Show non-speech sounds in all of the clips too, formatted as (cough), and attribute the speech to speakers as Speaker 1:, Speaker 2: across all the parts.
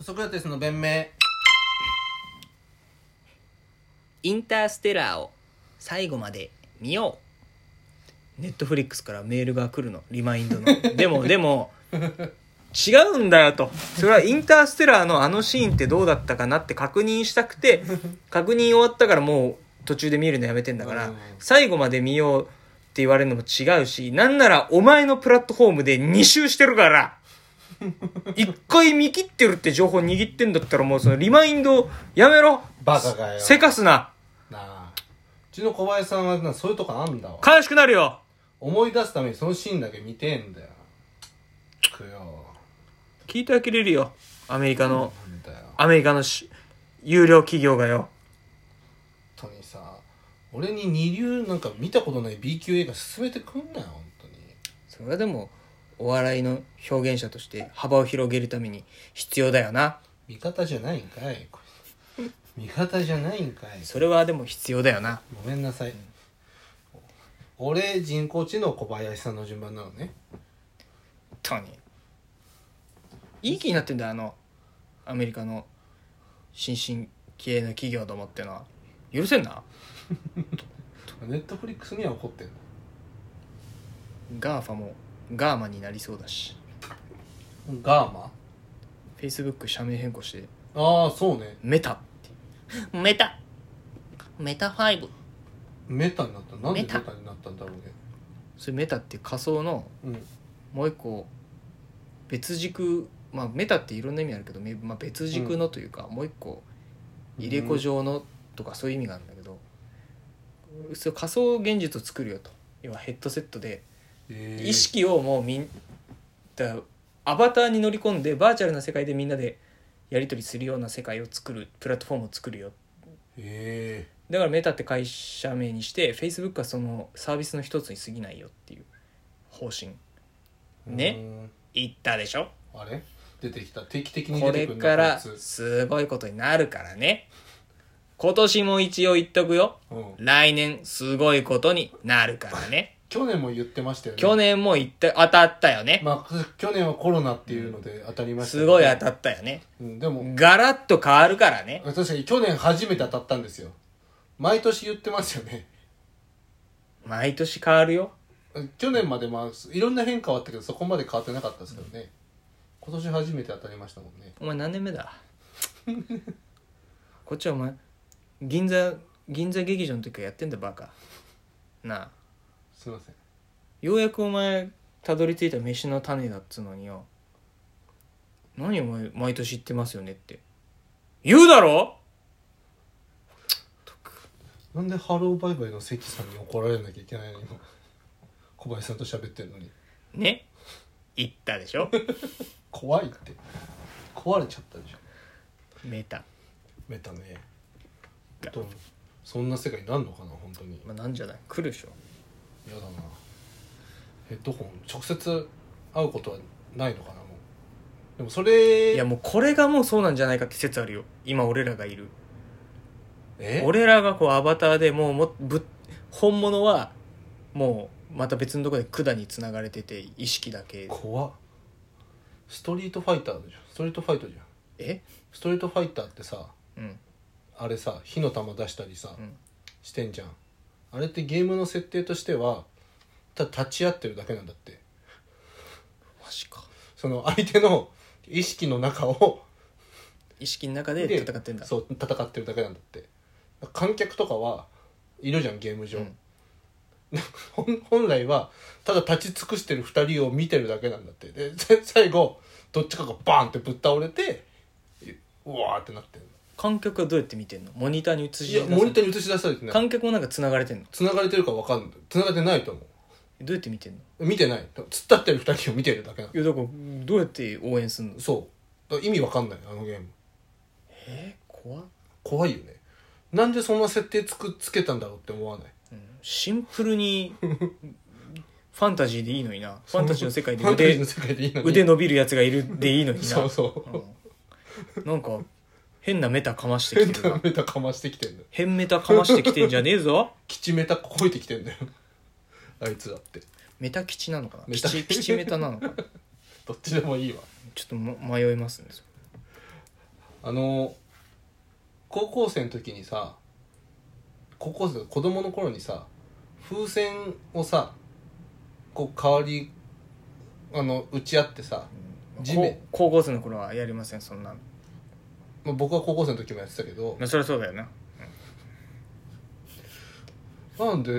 Speaker 1: ソクラテスの弁明
Speaker 2: インターステラーを最後まで見ようネットフリックスからメールが来るのリマインドので
Speaker 1: (laughs)
Speaker 2: もでも違うんだよとそれはインターステラーのあのシーンってどうだったかなって確認した
Speaker 1: (laughs)
Speaker 2: くて確認終わったからもう途中で見るのやめてんだか
Speaker 1: う
Speaker 2: ら
Speaker 1: ん
Speaker 2: 最後まで見ようって言われるのも違うしなんならお前のプラットフォームで2周してる
Speaker 1: (laughs)
Speaker 2: から1回見切ってるって情報握ってんだったらもうそのリマインドやめろ
Speaker 1: バカかよ
Speaker 2: せかすな
Speaker 1: なあうちの小林さんはなそういうとこあんだわ
Speaker 2: 悲しくなるよ
Speaker 1: 思い出すためにそのシーンだけ見てんだよくよ
Speaker 2: 聞いてあきれるよアメリカの
Speaker 1: なんだよ
Speaker 2: アメリカのし有料企業がよ
Speaker 1: 本当にさ俺に二流なんか見たことない B 級映画進めてくんなよ本当に
Speaker 2: それはでもお笑いの表現者として幅を広げるために必要だよな
Speaker 1: 味方じゃないんか
Speaker 2: (laughs)
Speaker 1: いこれ味方じゃないんかい
Speaker 2: それはでも必要だよな
Speaker 1: ごめんなさい俺人工知能小林さんの順番なのね
Speaker 2: 本当にいい気になってんだよあのアメリカの新進気鋭の企業どもってのは許せんな
Speaker 1: ネットフリックスには怒ってんの
Speaker 2: ガーファもガーマになりそうだし
Speaker 1: ガーマ
Speaker 2: Facebook 社名変更して
Speaker 1: ああそうね
Speaker 2: メタってメタメタ5
Speaker 1: メタになったなんでメ
Speaker 2: メタ
Speaker 1: タになったんだろうね
Speaker 2: それメタっていう仮想の
Speaker 1: うん
Speaker 2: もう一個別軸まあメタっていろんな意味あるけど、めまあ、別軸のというか、もう一個入れ子状のとかそういう意味があるんだけど、それ仮想現実を作るよと今ヘッドセットで
Speaker 1: えー
Speaker 2: 意識をもうみんだからアバターに乗り込んでバーチャルな世界でみんなでやり取りするような世界を作るプラットフォームを作るよ
Speaker 1: え
Speaker 2: だからメタって会社名にしてフェイスブックはそのサービスの一つに過ぎないよっていう方針
Speaker 1: ー
Speaker 2: ね
Speaker 1: うん
Speaker 2: 言ったでしょ
Speaker 1: あれ出てきた定期的に
Speaker 2: こ
Speaker 1: 出て
Speaker 2: れ
Speaker 1: くるん
Speaker 2: か
Speaker 1: だ
Speaker 2: ら
Speaker 1: こいつ
Speaker 2: すごいことになるからね今年も一応言っとくよ
Speaker 1: うん
Speaker 2: 来年すごいことになるからね
Speaker 1: 去年も言ってましたよね
Speaker 2: 去年も言って当たったよね
Speaker 1: まあ去年はコロナっていうので当たりましたけ
Speaker 2: す
Speaker 1: ど
Speaker 2: ごい当たったよね
Speaker 1: うんでも
Speaker 2: ガラッと変わるからね
Speaker 1: 確かに去年初めて当たったんですよ毎年言ってますよね
Speaker 2: 毎年変わるよ
Speaker 1: 去年までまあいろんな変化はあったけどそこまで変わってなかったですけどね、今年初めて当たりましたもんね
Speaker 2: お前何年目だこっちはお前銀座銀座劇場の時からやってんだバカなあ
Speaker 1: すいません
Speaker 2: ようやくお前たどり着いた飯の種だっつうのによ何お前毎年言ってますよねって言うだろ
Speaker 1: なんでハローバイバイの関さんに怒られなきゃいけないの今小林さんと喋ってるのに
Speaker 2: ね言ったでし
Speaker 1: (laughs)
Speaker 2: ょ
Speaker 1: 怖いって壊れちゃったでしょ
Speaker 2: メタ、
Speaker 1: メタねどうそんな世界になんのかな本当に
Speaker 2: まあ、なんじゃない来るでしょ
Speaker 1: 嫌だなヘッドホン直接会うことはないのかなもうでもそれ
Speaker 2: いやもうこれがもうそうなんじゃないかって説あるよ今俺らがいる
Speaker 1: え
Speaker 2: 俺らがこうアバターでもうもぶ本物はもうまた別のところで管につながれてて意識だけ
Speaker 1: 怖っストリートファイターでしょストリートファイトじゃん
Speaker 2: え
Speaker 1: ストリートファイターってさ
Speaker 2: うん
Speaker 1: あれさ火の玉出したりさ、
Speaker 2: うん
Speaker 1: してんじゃんあれってゲームの設定としてはただ立ち会ってるだけなんだって
Speaker 2: マジか
Speaker 1: その相手の意識の中を
Speaker 2: 意識の中で戦ってんだ
Speaker 1: そう戦ってるだけなんだって観客とかはいるじゃんゲーム上、 (laughs)
Speaker 2: うん
Speaker 1: 本本来はただ立ち尽くしてる2人を見てるだけなんだってでぜ最後どっちかがバーンってぶっ倒れてうわーってなってる
Speaker 2: 観客はどうやって見てんのモニターに映し
Speaker 1: い
Speaker 2: 出
Speaker 1: や
Speaker 2: され
Speaker 1: モニターに映し出されてない
Speaker 2: 観客もなんか繋がれてんの
Speaker 1: 繋がれてるか分かんない繋がれてないと思
Speaker 2: どうやって見てんの
Speaker 1: う見てない突っ立ってる2人を見てるだけなの
Speaker 2: いやだからどうやって応援すんの
Speaker 1: そうだから意味分かんないあのゲーム
Speaker 2: え怖っ、
Speaker 1: 怖いよねなんでそんな設定つくつけたんだろうって思わない
Speaker 2: うん、シンプルにファンタジーでいいのになファンタジーの世界で
Speaker 1: ファンタジー
Speaker 2: 腕
Speaker 1: の世界でいいのに
Speaker 2: 腕伸びるやつがいるでいいのにな
Speaker 1: そうそう
Speaker 2: うんなんか変なメタかまして
Speaker 1: 変
Speaker 2: きてる
Speaker 1: な
Speaker 2: な
Speaker 1: メタかましてきてんだよ
Speaker 2: 変メタかましてきてんじゃねえぞ
Speaker 1: キチメタこいてきてんだよ (laughs) あいつだって
Speaker 2: メタ吉なのかな
Speaker 1: メタ
Speaker 2: 吉吉メタなのかな
Speaker 1: どっちでもいいわ
Speaker 2: ちょっとも迷いますね
Speaker 1: あの高校生の時にさ高校生子供の頃にさ風船をさこう代わりあの打ち合ってさ、地面
Speaker 2: こう高校生の頃はやりませんそんなの
Speaker 1: まあ、僕は高校生の時もやってたけど
Speaker 2: まあそりゃそうだよな
Speaker 1: なんで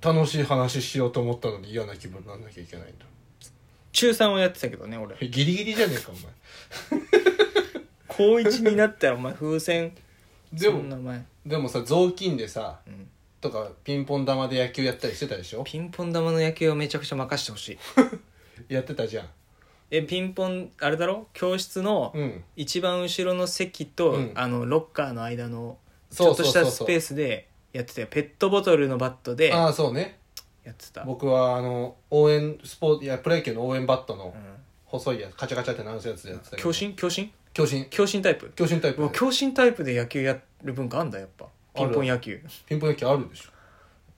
Speaker 1: 楽しい話しようと思ったのに嫌な気分にならなきゃいけないんだ
Speaker 2: 中3をやってたけどね俺
Speaker 1: (laughs) ギリギリじゃねえかお前
Speaker 2: 高1になったらお前風船
Speaker 1: で
Speaker 2: そんな
Speaker 1: も
Speaker 2: 前、
Speaker 1: でもさ雑巾でさ
Speaker 2: うん、
Speaker 1: とかピンポン玉で野球やったりしてたでしょ
Speaker 2: ピンポン玉の野球をめちゃくちゃ任してほしい
Speaker 1: やってたじゃん
Speaker 2: えピンポンあれだろ教室の
Speaker 1: うん
Speaker 2: 一番後ろの席と、
Speaker 1: うん
Speaker 2: あのロッカーの間のち
Speaker 1: そ
Speaker 2: ょ
Speaker 1: う
Speaker 2: っ
Speaker 1: そ
Speaker 2: と
Speaker 1: う
Speaker 2: し
Speaker 1: そう
Speaker 2: た
Speaker 1: そう
Speaker 2: スペースでやってたよペットボトルのバットで
Speaker 1: あ
Speaker 2: や
Speaker 1: あそうね
Speaker 2: ってた、うん、
Speaker 1: 僕はあの応援スポーツいやプロ野球の応援バットの細いやつカチャカチャって鳴るやつでやってたけど
Speaker 2: 強心強心
Speaker 1: 強振
Speaker 2: 強心タイプ
Speaker 1: 強振タイプ
Speaker 2: う
Speaker 1: だ
Speaker 2: わ
Speaker 1: よ
Speaker 2: 強心タイプで野球やる文化あんだやっぱピンポン野球
Speaker 1: ピンポン野球あるでしょやっ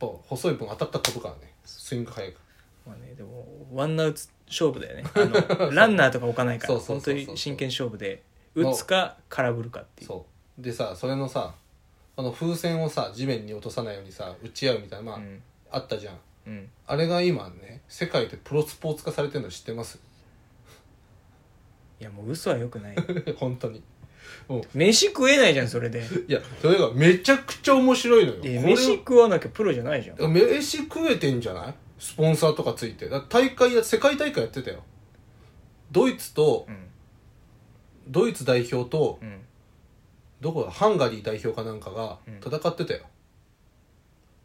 Speaker 1: ぱ細い分当たったら飛ぶからねスイング速いか
Speaker 2: まあねでもワンアウト勝負だよね
Speaker 1: (laughs)
Speaker 2: あのランナーとか置かないから
Speaker 1: そうそう
Speaker 2: 本
Speaker 1: そ
Speaker 2: 当
Speaker 1: うそう
Speaker 2: に真剣勝負で打つか空振るかっ
Speaker 1: ら
Speaker 2: ていう
Speaker 1: そうでさそれのさあの風船をさ地面に落とさないようにさ打ち合うみたいなまあ、
Speaker 2: うん
Speaker 1: あったじゃん
Speaker 2: うん
Speaker 1: あれが今ね世界でプロスポーツ化されてるの知ってます (laughs)
Speaker 2: いやもう嘘はよくない
Speaker 1: 本当に
Speaker 2: 飯食えないじゃんそ
Speaker 1: (laughs)
Speaker 2: れで
Speaker 1: いやそれがめちゃくちゃ面白いのよ
Speaker 2: いや
Speaker 1: これを
Speaker 2: 飯食わなきゃプロじゃないじゃん
Speaker 1: 飯食えてんじゃないスポンサーとかついてだ大会や世界大会やってたよドイツと
Speaker 2: うん
Speaker 1: ドイツ代表と
Speaker 2: うん
Speaker 1: どこだハンガリー代表かなんかが
Speaker 2: うん
Speaker 1: 戦ってたよだか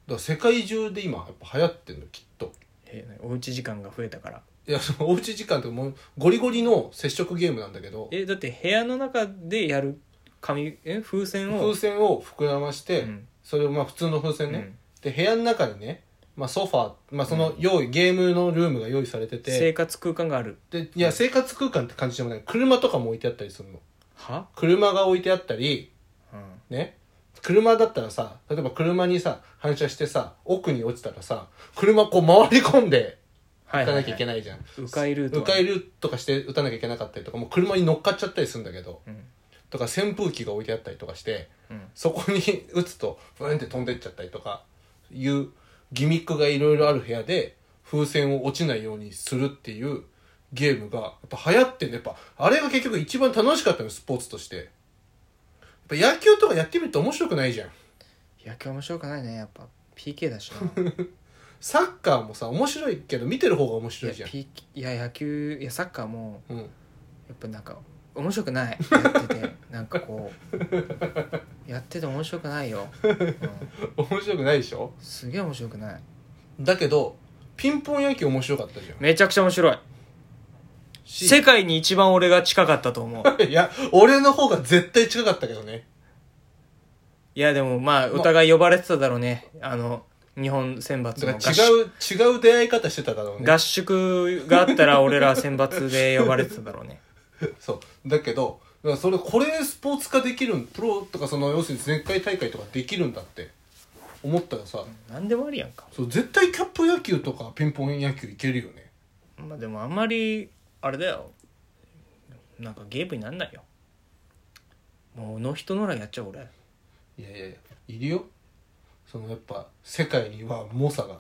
Speaker 1: ら世界中で今やっぱ流行ってんのきっと
Speaker 2: え何おうち時間が増えたから
Speaker 1: いやそのおうち時間ってもうゴリゴリの接触ゲームなんだけど
Speaker 2: えだって部屋の中でやる紙え風船を
Speaker 1: 風船を膨らまして、
Speaker 2: うん
Speaker 1: それをまあ普通の風船ね、
Speaker 2: うん
Speaker 1: で部屋の中にね、まあ、ソファー、まあ、その用意、ゲームのルームが用意されてて
Speaker 2: 生活空間がある
Speaker 1: でいや生活空間って感じでもない車とかも置いてあったりするの
Speaker 2: は、
Speaker 1: 車が置いてあったり
Speaker 2: うん、
Speaker 1: ね車だったらさ例えば車にさ反射してさ奥に落ちたらさ車こう回り込んで
Speaker 2: は
Speaker 1: 打
Speaker 2: いは
Speaker 1: た
Speaker 2: い、
Speaker 1: な
Speaker 2: は、
Speaker 1: いきゃいけないじゃん、
Speaker 2: 迂回ルート
Speaker 1: 迂回ルートとかして打たなきゃいけなかったりとかもう車に乗っかっちゃったりするんだけど
Speaker 2: うん
Speaker 1: とか扇風機が置いてあったりとかして
Speaker 2: うん
Speaker 1: そこに打つとブーンって飛んでっちゃったりとかいうギミックがいろいろある部屋で風船を落ちないようにするっていうゲームがやっぱ流行ってんねやっぱあれが結局一番楽しかったのスポーツとしてやっぱ野球とかやってみると面白くないじゃん
Speaker 2: 野球面白くないねやっぱ PK だしな
Speaker 1: (laughs) サッカーもさ面白いけど見てる方が面
Speaker 2: い
Speaker 1: 白
Speaker 2: や
Speaker 1: いじゃん
Speaker 2: PK いや野球いやサッカーも
Speaker 1: うん
Speaker 2: やっぱなんか面白くないやってて
Speaker 1: (laughs)
Speaker 2: なんかこうやってて面白くないよ、うん
Speaker 1: 面白くないでしょ
Speaker 2: すげえ面白くない
Speaker 1: だけどピンポン野球面白かったじゃん
Speaker 2: めちゃくちゃ面白い
Speaker 1: し
Speaker 2: 世界に一番俺が近かったと思う
Speaker 1: いや俺の方が絶対近かったけどね
Speaker 2: いやでもまあお互い呼ばれてただろうねあの日本選
Speaker 1: だ
Speaker 2: 抜
Speaker 1: から
Speaker 2: の合宿
Speaker 1: 違う違う出会い方してただろうね
Speaker 2: 合宿があったら俺ら選抜で呼ばれてただろ (laughs) うね
Speaker 1: そうだけどだからそれこれスポーツ化できるんプロとかその要するに前回大会とかできるんだって思ったらさ、
Speaker 2: 何でもありやんか
Speaker 1: そう絶対キャップ野球とかピンポン野球いけるよね
Speaker 2: まあでもあんまりあれだよなんかゲームになんないよもうノーヒットノーランやっちゃう俺
Speaker 1: いやいやいやいるよそのやっぱ世界には猛者が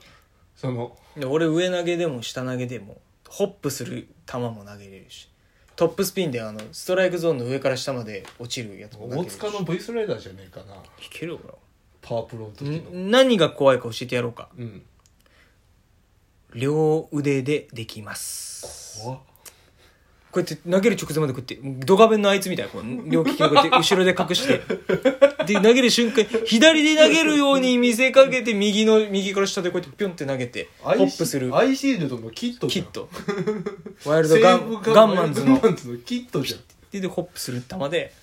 Speaker 1: その
Speaker 2: で俺上投げでも下投げでもホップする球も投げれるしトップスピンであのストライクゾーンの上から下まで落ちるやつも投げれ
Speaker 1: 大
Speaker 2: るし
Speaker 1: 塚の V スライダーじゃねえかない
Speaker 2: けるよ俺
Speaker 1: パワープロの時の
Speaker 2: ん何が怖いか教えてやろうか
Speaker 1: うん
Speaker 2: 両腕でできます
Speaker 1: 怖っ
Speaker 2: こうやって投げる直前までこうやってドカベンのあいつみたいなこう両利きをこうやって後ろで隠してで投げる瞬間左で投げるように見せかけて右の右から下でこうやってピョンって投げてホップする
Speaker 1: アイシールドのキットじ
Speaker 2: キ
Speaker 1: ゃ
Speaker 2: ッ
Speaker 1: ん
Speaker 2: トワイルドガンガンマンズの
Speaker 1: ガンマンズのキットじゃん
Speaker 2: ででホップする球で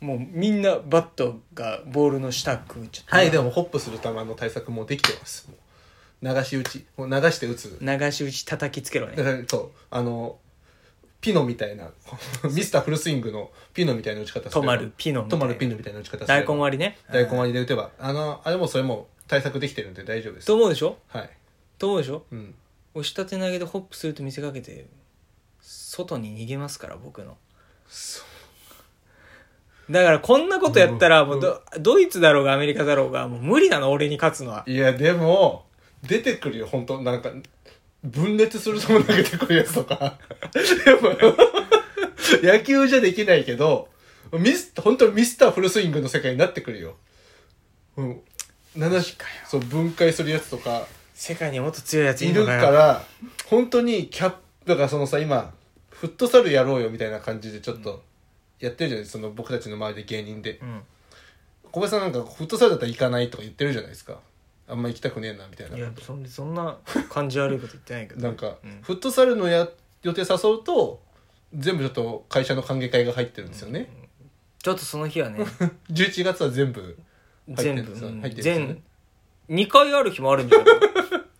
Speaker 2: もうみんなバットがボールの下食っちゃって
Speaker 1: はいでもホップする球の対策もできてますもう流し打ちもう流して打つ
Speaker 2: 流し打ち叩きつけろ
Speaker 1: だ
Speaker 2: ね
Speaker 1: からそうあのピノみたいな (laughs) ミスターフルスイングのピノみたいな打ち方すれば
Speaker 2: 止まるピノみた
Speaker 1: 止
Speaker 2: いな
Speaker 1: まるピノみたいな打ち方すれば
Speaker 2: 大根割りね
Speaker 1: 大根割りで打てばあのあれもそれも対策できてるんで大丈夫です
Speaker 2: と思うでしょ
Speaker 1: はい
Speaker 2: と思うでしょ
Speaker 1: うん
Speaker 2: 押し立て投げでホップすると見せかけて外に逃げますから僕のだからこんなことやったら、もう
Speaker 1: う
Speaker 2: ど、ドイツだろうがアメリカだろうが、もう無理なの、俺に勝つのは。
Speaker 1: いや、でも、出てくるよ、本当なんか、分裂するとも投げてくるやつとか。でも、野球じゃできないけど、ミス、本当にミスターフルスイングの世界になってくるよ。うん。七しそう、分解するやつとか、
Speaker 2: 世界にはもっと強いやつい
Speaker 1: い
Speaker 2: る
Speaker 1: る
Speaker 2: の
Speaker 1: か
Speaker 2: かよ。
Speaker 1: ら、本当にキャップ、だからそのさ、今、フットサルやろうよみたいな感じでちょっと、やってるじゃないですか、その僕たちの周りで芸人で
Speaker 2: う。ん。
Speaker 1: 小林さんなんか、フットサルだったら行かないとか言ってるじゃないですか。あんま行きたくねえな、みたいな。
Speaker 2: いやそんそんな感じ悪いこと言ってないけど
Speaker 1: なんか、
Speaker 2: うん
Speaker 1: フットサルのや予定誘うと全部ちょっと会社の歓迎会が入ってるんですよね、
Speaker 2: ちょっとその日は (laughs) ね
Speaker 1: 11月は全部入ってるん
Speaker 2: 全部
Speaker 1: ですよ
Speaker 2: うん
Speaker 1: 入ってるんですよね
Speaker 2: 全2回ある日もあるんじゃないか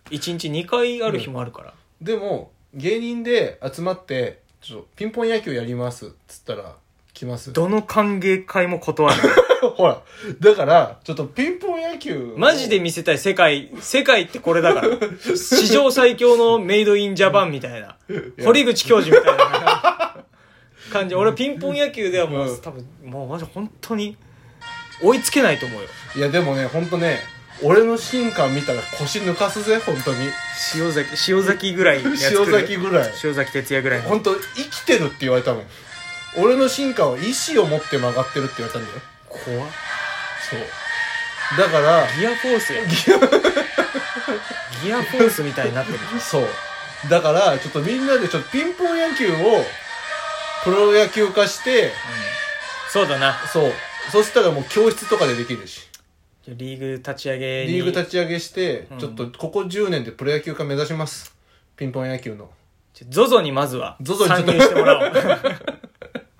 Speaker 2: (laughs) 一日2回ある日もあるから、
Speaker 1: でも芸人で集まって「ちょっとピンポン野球やります」っつったら来ます
Speaker 2: どの歓迎会も断る
Speaker 1: (laughs) ほらだからちょっとピンポン野球を
Speaker 2: マジで見せたい世界世界ってこれだから史上最強のメイドインジャパンみたいな堀口教授みたいな感じ俺ピンポン野球ではもう、
Speaker 1: うん
Speaker 2: 多分もうマジ本当に追いつけないと思うよ
Speaker 1: いやでもねほんとね俺の進化見たら腰抜かすぜ本当に
Speaker 2: 塩崎塩崎ぐらいのやつ来
Speaker 1: 塩
Speaker 2: る
Speaker 1: 崎ぐらい
Speaker 2: 塩崎哲也ぐらいの
Speaker 1: 本当生きてるって言われたもん俺の進化は意志を持って曲がってるって言われたんだよ
Speaker 2: 怖っ
Speaker 1: そうだから
Speaker 2: ギアフォースや (laughs) ギアフォースみたいになってる
Speaker 1: そうだからちょっとみんなでちょっとピンポン野球をプロ野球化して
Speaker 2: そうだな
Speaker 1: そうそしたらもう教室とかでできるし
Speaker 2: リーグ立ち上げに
Speaker 1: リーグ立ち上げして、
Speaker 2: うん
Speaker 1: ちょっとここ10年でプロ野球化目指しますピンポン野球の
Speaker 2: ちょ ZOZO にまずは
Speaker 1: ゾゾにちょっ
Speaker 2: 参
Speaker 1: と
Speaker 2: 入してもらおう